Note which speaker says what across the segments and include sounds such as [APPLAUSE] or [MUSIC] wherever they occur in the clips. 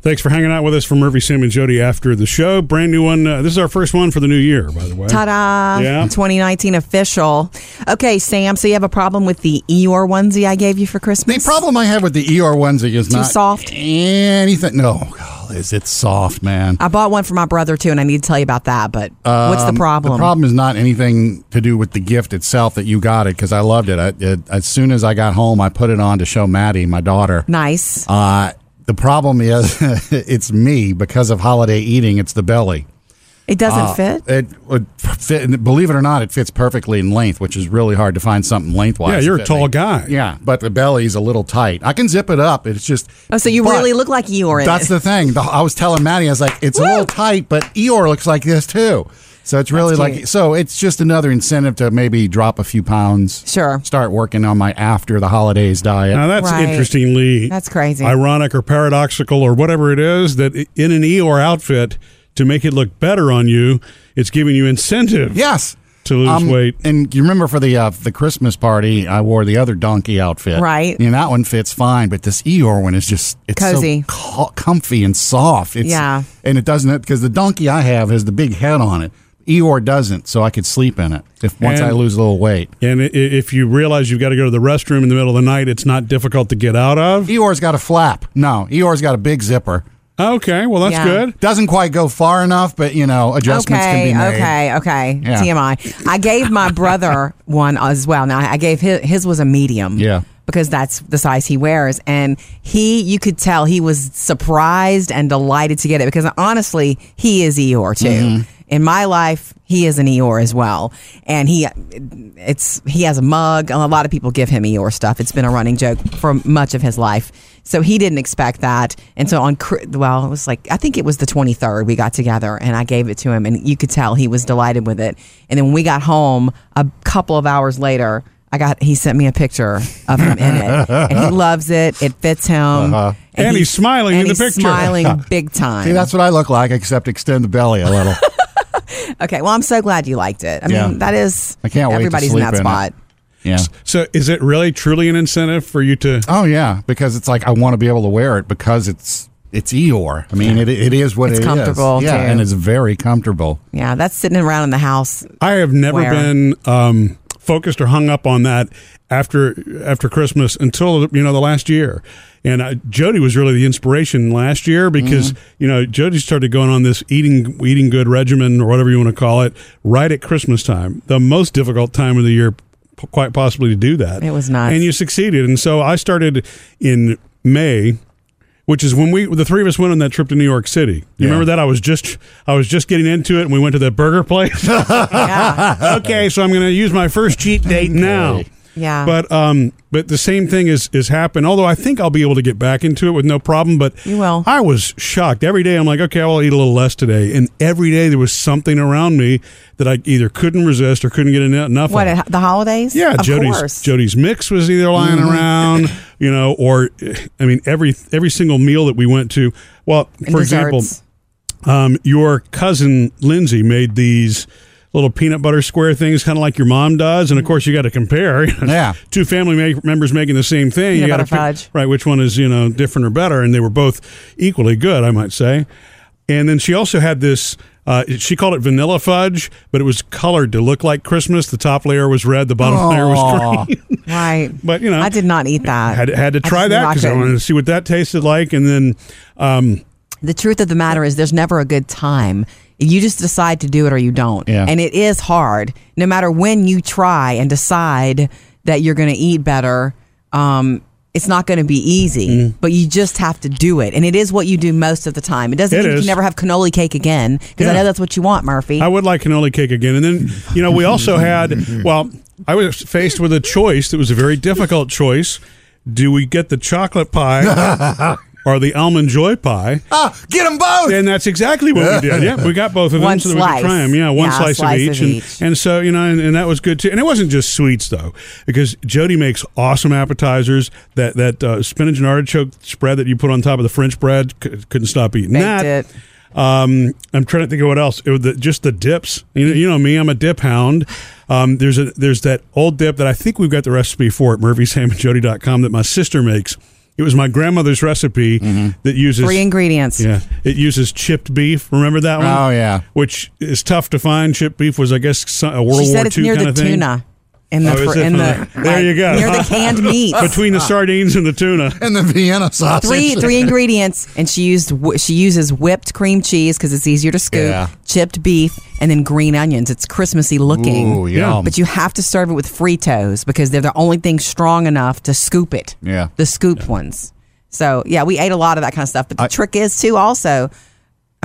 Speaker 1: Thanks for hanging out with us for Murphy, Sam, and Jody after the show. Brand new one. Uh, this is our first one for the new year, by the way.
Speaker 2: Ta-da!
Speaker 1: Yeah.
Speaker 2: 2019 official. Okay, Sam. So you have a problem with the Eeyore onesie I gave you for
Speaker 3: The
Speaker 2: Christmas?
Speaker 3: problem I have with the ER onesie is
Speaker 2: Too
Speaker 3: not
Speaker 2: soft?
Speaker 3: Anything? No, God, is it soft, man?
Speaker 2: I bought one for my brother too, and I need to tell you about that. But what's the
Speaker 3: Um,
Speaker 2: problem?
Speaker 3: The problem is not anything to do with the gift itself that you got it because I loved it. I, it. As soon as I got home, I put it on to show Maddie, my daughter.
Speaker 2: Nice.
Speaker 3: Uh, the problem is [LAUGHS] it's me because of holiday eating. It's the belly.
Speaker 2: It doesn't
Speaker 3: Uh,
Speaker 2: fit.
Speaker 3: It would fit. and Believe it or not, it fits perfectly in length, which is really hard to find something lengthwise.
Speaker 1: yeah,
Speaker 3: to
Speaker 1: you're a
Speaker 3: fit
Speaker 1: tall
Speaker 3: me.
Speaker 1: guy.
Speaker 3: Yeah, but the belly's a little tight. I can zip it up. It's just.
Speaker 2: Oh, so you
Speaker 3: but
Speaker 2: really look like Eeyore. In
Speaker 3: That's
Speaker 2: it.
Speaker 3: the thing. The- I was telling Maddie, I was like, it's a
Speaker 2: Woo!
Speaker 3: little tight, but Eeyore looks like this too. So it's really
Speaker 2: That's
Speaker 3: like
Speaker 2: cute.
Speaker 3: so it's just another incentive to maybe drop a few pounds.
Speaker 2: Sure.
Speaker 3: Start working on my after the holidays diet.
Speaker 1: Now that's
Speaker 2: Right.
Speaker 1: interestingly
Speaker 2: That's crazy.
Speaker 1: ironic or paradoxical or whatever it is that i- in an Eeyore outfit to make it look better on you, it's giving you incentive
Speaker 3: yes.
Speaker 1: to lose
Speaker 3: Um,
Speaker 1: weight.
Speaker 3: And you remember for the uh, the Christmas party, I wore the other donkey outfit.
Speaker 2: Right.
Speaker 3: And that one fits fine, but this Eeyore one is just it's
Speaker 2: Cozy.
Speaker 3: so co- comfy and soft. It's,
Speaker 2: Yeah.
Speaker 3: And it doesn't because the donkey I have has the big head on it. Eeyore doesn't, so I could sleep in it if once I
Speaker 1: And-
Speaker 3: lose a little weight.
Speaker 1: And i- i- if you realize you've got to go to the restroom in the middle of the night, it's not difficult to get out of.
Speaker 3: Eeyore's got a flap. No, Eeyore's got a big zipper.
Speaker 1: Okay, well that's
Speaker 2: Yeah.
Speaker 1: good.
Speaker 3: Doesn't quite go far enough, but you know, adjustments
Speaker 2: okay,
Speaker 3: can be made.
Speaker 2: Okay, okay,
Speaker 3: Yeah.
Speaker 2: TMI. I gave my brother [LAUGHS] one as well. Now I gave his, his was a medium.
Speaker 3: Yeah.
Speaker 2: Because that's the size he wears. And he, you could tell he was surprised and delighted to get it because honestly, he is Eeyore too. In my life, he is an Eeyore as well. And he, it's, he has a mug. A lot of people give him Eeyore stuff. It's been a running joke for much of his life. So he didn't expect that. And so on, Chri- well, it was like, I think it was the 23rd we got together and I gave it to him and you could tell he was delighted with it. And then when we got home a couple of hours later, I got, he sent me a picture of him in it and
Speaker 3: [LAUGHS]
Speaker 2: he loves it. It fits him.
Speaker 1: And he's smiling
Speaker 2: and
Speaker 1: in the
Speaker 2: he's
Speaker 1: picture. [LAUGHS]
Speaker 2: smiling big time.
Speaker 3: Uh-huh. See, that's what I look like, except extend the belly a
Speaker 2: [LAUGHS]
Speaker 3: little.
Speaker 2: okay. Well, I'm so glad you liked it. I mean,
Speaker 3: Yeah.
Speaker 2: that is,
Speaker 3: I can't wait to
Speaker 2: everybody's
Speaker 3: sleep
Speaker 2: in that
Speaker 3: in it.
Speaker 2: spot.
Speaker 3: yeah.
Speaker 1: So is it really truly an incentive for you to
Speaker 3: Oh yeah, because it's like I want to be able to wear it because it's it's Eeyore. I mean, it, it is what
Speaker 2: It's
Speaker 3: it is.
Speaker 2: comfortable,
Speaker 3: Yeah,
Speaker 2: too.
Speaker 3: and it's very comfortable.
Speaker 2: Yeah. That's sitting around in the
Speaker 3: [LAUGHS]
Speaker 2: house.
Speaker 1: I have never
Speaker 2: Where?
Speaker 1: been um, focused or hung up on that after after Christmas until you know the last year. And uh, Jody was really the inspiration last year because
Speaker 2: Mm-hmm.
Speaker 1: you know Jody started going on this eating eating good regimen or whatever you want to call it right at Christmas time, the most difficult time of the year, p- quite possibly to do that.
Speaker 2: It was nuts.
Speaker 1: and you succeeded. And so I started in May which is when we the three of us went on that trip to New York City. You remember that? I was just I was just getting into it, and we went to that burger [LAUGHS] place. okay, so I'm going to use my first cheat date now.
Speaker 2: Yeah.
Speaker 1: But um, but the same thing is is happened. Although I think I'll be able to get back into it with no problem. But
Speaker 2: You will.
Speaker 1: I was shocked every day. I'm like, okay, I'll eat a little less today, and every day there was something around me that I either couldn't resist or couldn't get eno- enough.
Speaker 2: What
Speaker 1: of.
Speaker 2: at the holidays?
Speaker 1: Yeah,
Speaker 2: of
Speaker 1: Jody's
Speaker 2: course. Mm-hmm.
Speaker 1: Jody's mix was either lying around, you know, or I mean, every every single meal that we went to. Well,
Speaker 2: And
Speaker 1: for example,
Speaker 2: desserts.
Speaker 1: um, your cousin Lindsay made these little peanut butter square things, kind of like your mom does, and of course you got to compare. [LAUGHS]
Speaker 3: Yeah.
Speaker 1: two family ma- members making the same thing,
Speaker 2: Peanut
Speaker 1: you gotta
Speaker 2: butter
Speaker 1: pick-
Speaker 2: fudge.
Speaker 1: right? Which one is you know different or better? And they were both equally good, I might say. And then she also had this. Uh, she called it vanilla fudge, but it was colored to look like Christmas. The top layer was red, the bottom layer was green. [LAUGHS]
Speaker 2: Right.
Speaker 1: But, you know,
Speaker 2: I did not eat that.
Speaker 1: had had to
Speaker 2: I
Speaker 1: try
Speaker 2: just knew
Speaker 1: that because I
Speaker 2: couldn't.
Speaker 1: wanted to see what that tasted like. And then
Speaker 2: The truth of the matter is, there's never a good time. You just decide to do it or you don't.
Speaker 3: Yeah.
Speaker 2: And it is hard. No matter when you try and decide that you're going to eat better, um, it's not going to be easy.
Speaker 1: Mm-hmm.
Speaker 2: But you just have to do it, and it is what you do most of the time. It doesn't
Speaker 1: It
Speaker 2: mean you
Speaker 1: is.
Speaker 2: can never have cannoli cake again because I
Speaker 1: Yeah.
Speaker 2: know that's what you want, Murphy.
Speaker 1: I would like cannoli cake again. And then, you know, we also had, well, I was faced with a choice that was a very difficult choice. Do we get the chocolate pie or the almond joy pie?
Speaker 3: Ah, get them both.
Speaker 1: And that's exactly what we did. Yeah, we got both of them
Speaker 2: One
Speaker 1: so that we could try
Speaker 2: slice.
Speaker 1: them. Yeah, one
Speaker 2: Yeah,
Speaker 1: slice,
Speaker 2: slice
Speaker 1: of,
Speaker 2: of
Speaker 1: each. And,
Speaker 2: each.
Speaker 1: and so, you know, and, and that was good too. And it wasn't just sweets though, because Jody makes awesome appetizers. That that uh, spinach and artichoke spread that you put on top of the French bread, c- couldn't stop eating
Speaker 2: Baked
Speaker 1: that.
Speaker 2: it.
Speaker 1: Um, I'm trying to think of what else. It was the, just the dips. You know, you know me. I'm a dip hound. Um, there's a there's that old dip that I think we've got the recipe for at MurphySamandJody.com that my sister makes. It was my grandmother's recipe
Speaker 2: Mm-hmm.
Speaker 1: that uses
Speaker 2: Three ingredients.
Speaker 1: yeah, it uses chipped beef. Remember that one?
Speaker 3: Oh, yeah.
Speaker 1: which is tough to find. Chipped beef was, I guess, so- a World
Speaker 2: She
Speaker 1: War
Speaker 2: said it's
Speaker 1: II
Speaker 2: near
Speaker 1: kind
Speaker 2: the
Speaker 1: of thing.
Speaker 2: tuna. In the,
Speaker 1: Oh, is
Speaker 2: fr-
Speaker 1: it?
Speaker 2: in the
Speaker 1: [LAUGHS] There you go.
Speaker 2: near the
Speaker 1: [LAUGHS]
Speaker 2: canned meats.
Speaker 1: Between the sardines and the tuna,
Speaker 3: And the Vienna sausage.
Speaker 2: three
Speaker 3: [LAUGHS]
Speaker 2: three ingredients, and she used wh- she uses whipped cream cheese because it's easier to scoop,
Speaker 3: Yeah.
Speaker 2: chipped beef, and then green onions. It's Christmassy looking.
Speaker 3: Ooh, yum.
Speaker 2: But you have to serve it with Fritos because they're the only thing strong enough to scoop it.
Speaker 3: Yeah.
Speaker 2: the scooped ones. So yeah, we ate a lot of that kind of stuff. But the
Speaker 3: I-
Speaker 2: trick is too also.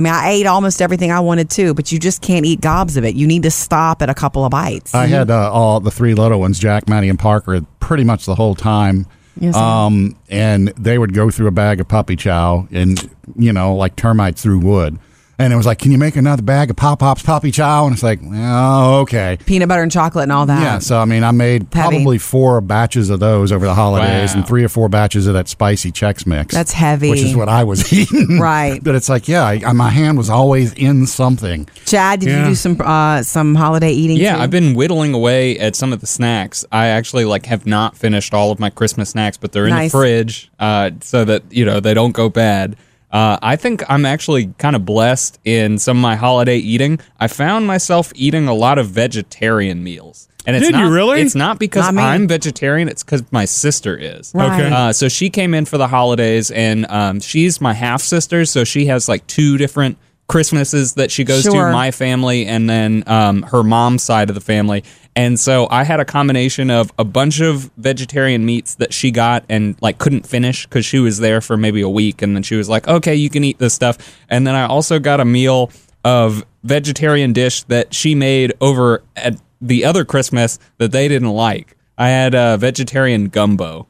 Speaker 2: I mean, I ate almost everything I wanted to, but you just can't eat gobs of it. You need to stop at a couple of bites.
Speaker 3: I had uh, all the three little ones, Jack, Maddie, and Parker, pretty much the whole time.
Speaker 2: Yes, sir.
Speaker 3: um, and they would go through a bag of puppy chow and, you know, like termites through wood. And it was like, can you make another bag of Pop Pop's puppy chow? And it's like, oh, okay.
Speaker 2: Peanut butter and chocolate and all that.
Speaker 3: Yeah, so I mean, I made
Speaker 2: Heavy.
Speaker 3: probably four batches of those over the holidays,
Speaker 4: Wow.
Speaker 3: and three or four batches of that spicy Chex mix.
Speaker 2: That's heavy.
Speaker 3: which is what I was [LAUGHS] eating.
Speaker 2: Right.
Speaker 3: but it's like, yeah, I, my hand was always in something.
Speaker 2: Chad, did
Speaker 1: Yeah.
Speaker 2: you do some uh, some holiday eating?
Speaker 4: Yeah,
Speaker 2: too?
Speaker 4: I've been whittling away at some of the snacks. I actually like have not finished all of my Christmas snacks, but they're in
Speaker 2: Nice.
Speaker 4: the fridge uh, so that you know they don't go bad. Uh, I think I'm actually kind of blessed in some of my holiday eating. I found myself eating a lot of vegetarian meals, and it's
Speaker 1: Did you
Speaker 4: not,
Speaker 1: really?
Speaker 4: It's not because
Speaker 2: Not me.
Speaker 4: I'm vegetarian; it's because my sister is.
Speaker 2: Right.
Speaker 1: Okay.
Speaker 4: Uh, so she came in for the holidays, and um, she's my half sister, so she has like two different Christmases that she goes
Speaker 2: Sure.
Speaker 4: to. My family, and then um, her mom's side of the family. And so I had a combination of a bunch of vegetarian meats that she got and like couldn't finish because she was there for maybe a week, and then she was like, "Okay, you can eat this stuff." And then I also got a meal of vegetarian dish that she made over at the other Christmas that they didn't like. I had a vegetarian gumbo.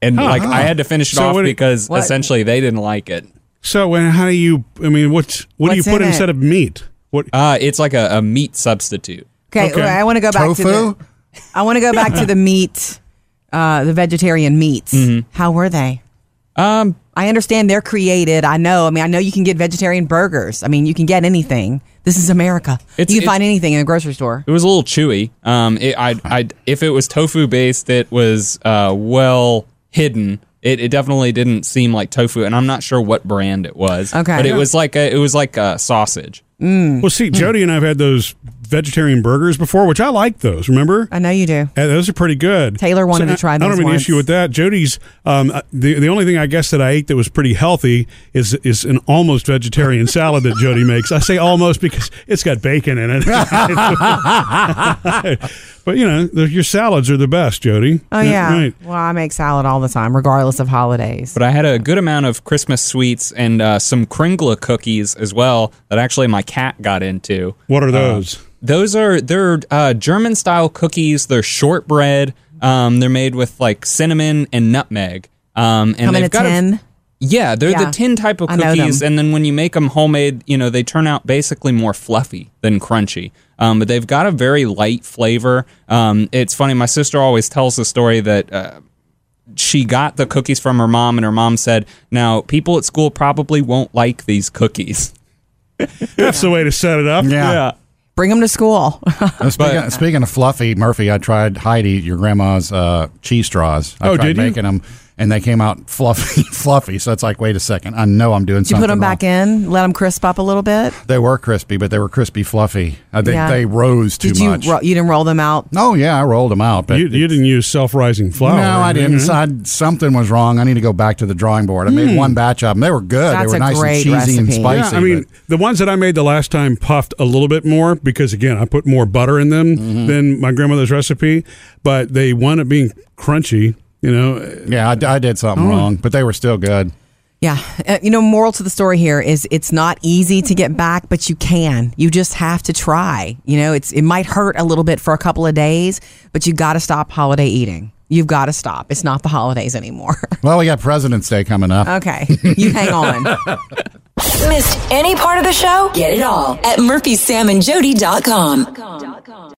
Speaker 4: And like I had to finish it
Speaker 1: So
Speaker 4: off
Speaker 1: what-
Speaker 4: because
Speaker 2: What?
Speaker 4: essentially they didn't like it.
Speaker 1: so and how do you? I mean, what's what
Speaker 2: What's
Speaker 1: do you put
Speaker 2: in it?
Speaker 1: instead of meat? What
Speaker 4: Uh, it's like a, a meat substitute.
Speaker 2: Okay,
Speaker 1: Okay.
Speaker 2: I want to go back
Speaker 3: Tofu?
Speaker 2: to the, I want to go back to
Speaker 4: [LAUGHS]
Speaker 2: the meat, uh, the vegetarian meats. How were they?
Speaker 4: Mm-hmm. Um,
Speaker 2: I understand they're created. I know. I mean, I know you can get vegetarian burgers. I mean, you can get anything. This is America.
Speaker 4: It's-
Speaker 2: you can
Speaker 4: it's-
Speaker 2: find anything in a grocery store.
Speaker 4: It was a little chewy. Um, it, I, I, if it was tofu based, it was uh, well hidden. It, it definitely didn't seem like tofu, and I'm not sure what brand it was.
Speaker 2: Okay.
Speaker 4: but it was like a, it was like a sausage.
Speaker 1: Well,
Speaker 2: Hmm.
Speaker 1: see, Jody and I've had those vegetarian burgers before, which I like those. Remember?
Speaker 2: I know you do.
Speaker 1: Yeah, those are pretty good.
Speaker 2: Taylor wanted
Speaker 1: So
Speaker 2: to try
Speaker 1: I- I don't
Speaker 2: those
Speaker 1: have an
Speaker 2: once.
Speaker 1: issue with that. Jody's um, uh, the the only thing I guess that I ate that was pretty healthy is is an almost
Speaker 2: [LAUGHS]
Speaker 1: vegetarian salad that Jody makes. I say almost because it's got bacon
Speaker 2: [LAUGHS]
Speaker 1: in it. but you know, the, your salads are the best, Jody.
Speaker 2: Oh yeah.
Speaker 1: Right.
Speaker 2: Well, I make salad all the time, regardless of holidays.
Speaker 4: But I had a good amount of Christmas sweets and uh, some Kringle cookies as well that actually my cat got into.
Speaker 1: What
Speaker 2: Oh.
Speaker 1: are those?
Speaker 4: Those are they're uh, German style cookies. They're shortbread. Um, they're made with like cinnamon and nutmeg. Um, and
Speaker 2: Come in
Speaker 4: they've
Speaker 2: a
Speaker 4: got a-
Speaker 2: tin.
Speaker 4: Yeah, they're
Speaker 2: Yeah.
Speaker 4: the tin type of
Speaker 2: I know
Speaker 4: cookies,
Speaker 2: them.
Speaker 4: and then when you make them homemade, you know they turn out basically more fluffy than crunchy. Um, but they've got a very light flavor. Um, it's funny. My sister always tells the story that uh, she got the cookies from her mom, and her mom said, "Now people at school probably won't like these cookies."
Speaker 1: That's the way to set it up.
Speaker 3: Yeah.
Speaker 2: Bring them to
Speaker 4: [LAUGHS]
Speaker 2: school.
Speaker 3: Uh, speaking, speaking of fluffy, Murphy, I tried Heidi, your grandma's uh, cheese straws. I
Speaker 1: Oh,
Speaker 3: tried
Speaker 1: did you?
Speaker 3: making them, and they came out fluffy, [LAUGHS] fluffy. So it's like, wait a second, I know I'm doing
Speaker 2: you
Speaker 3: something.
Speaker 2: put them back
Speaker 3: wrong.
Speaker 2: in. Let them crisp up a little bit.
Speaker 3: They were crispy, but they were crispy fluffy. Uh, they,
Speaker 2: Yeah.
Speaker 3: they rose too
Speaker 2: Did you?
Speaker 3: much.
Speaker 2: Ro- you didn't roll them out.
Speaker 3: oh yeah, I rolled them out, but
Speaker 1: You, you didn't use self-rising flour.
Speaker 3: No, I didn't. So I- something was wrong. I need to go back to the drawing board. I made one batch of them. They were good.
Speaker 2: That's
Speaker 3: they
Speaker 2: a
Speaker 3: were nice and
Speaker 2: great
Speaker 3: cheesy and
Speaker 2: recipe.
Speaker 3: spicy.
Speaker 1: Hmm. Yeah, I mean,
Speaker 3: but-
Speaker 1: the ones that I made the last time puffed a little bit more because, again, I put more butter in them
Speaker 3: Mm-hmm.
Speaker 1: than my grandmother's recipe, but they wound up being crunchy, you know.
Speaker 3: yeah, I, I did
Speaker 1: Oh.
Speaker 3: something wrong, but they were still good.
Speaker 2: Yeah. Uh, you know, moral to the story here is it's not easy to get back, but you can. You just have to try. You know, it's it might hurt a little bit for a couple of days, but you got to stop holiday eating. You've got to stop. It's not the holidays anymore. [LAUGHS]
Speaker 3: Well, we got President's Day coming up.
Speaker 2: okay. You hang on.
Speaker 5: Missed any part of the show? Get it all at murphysamandjody.com.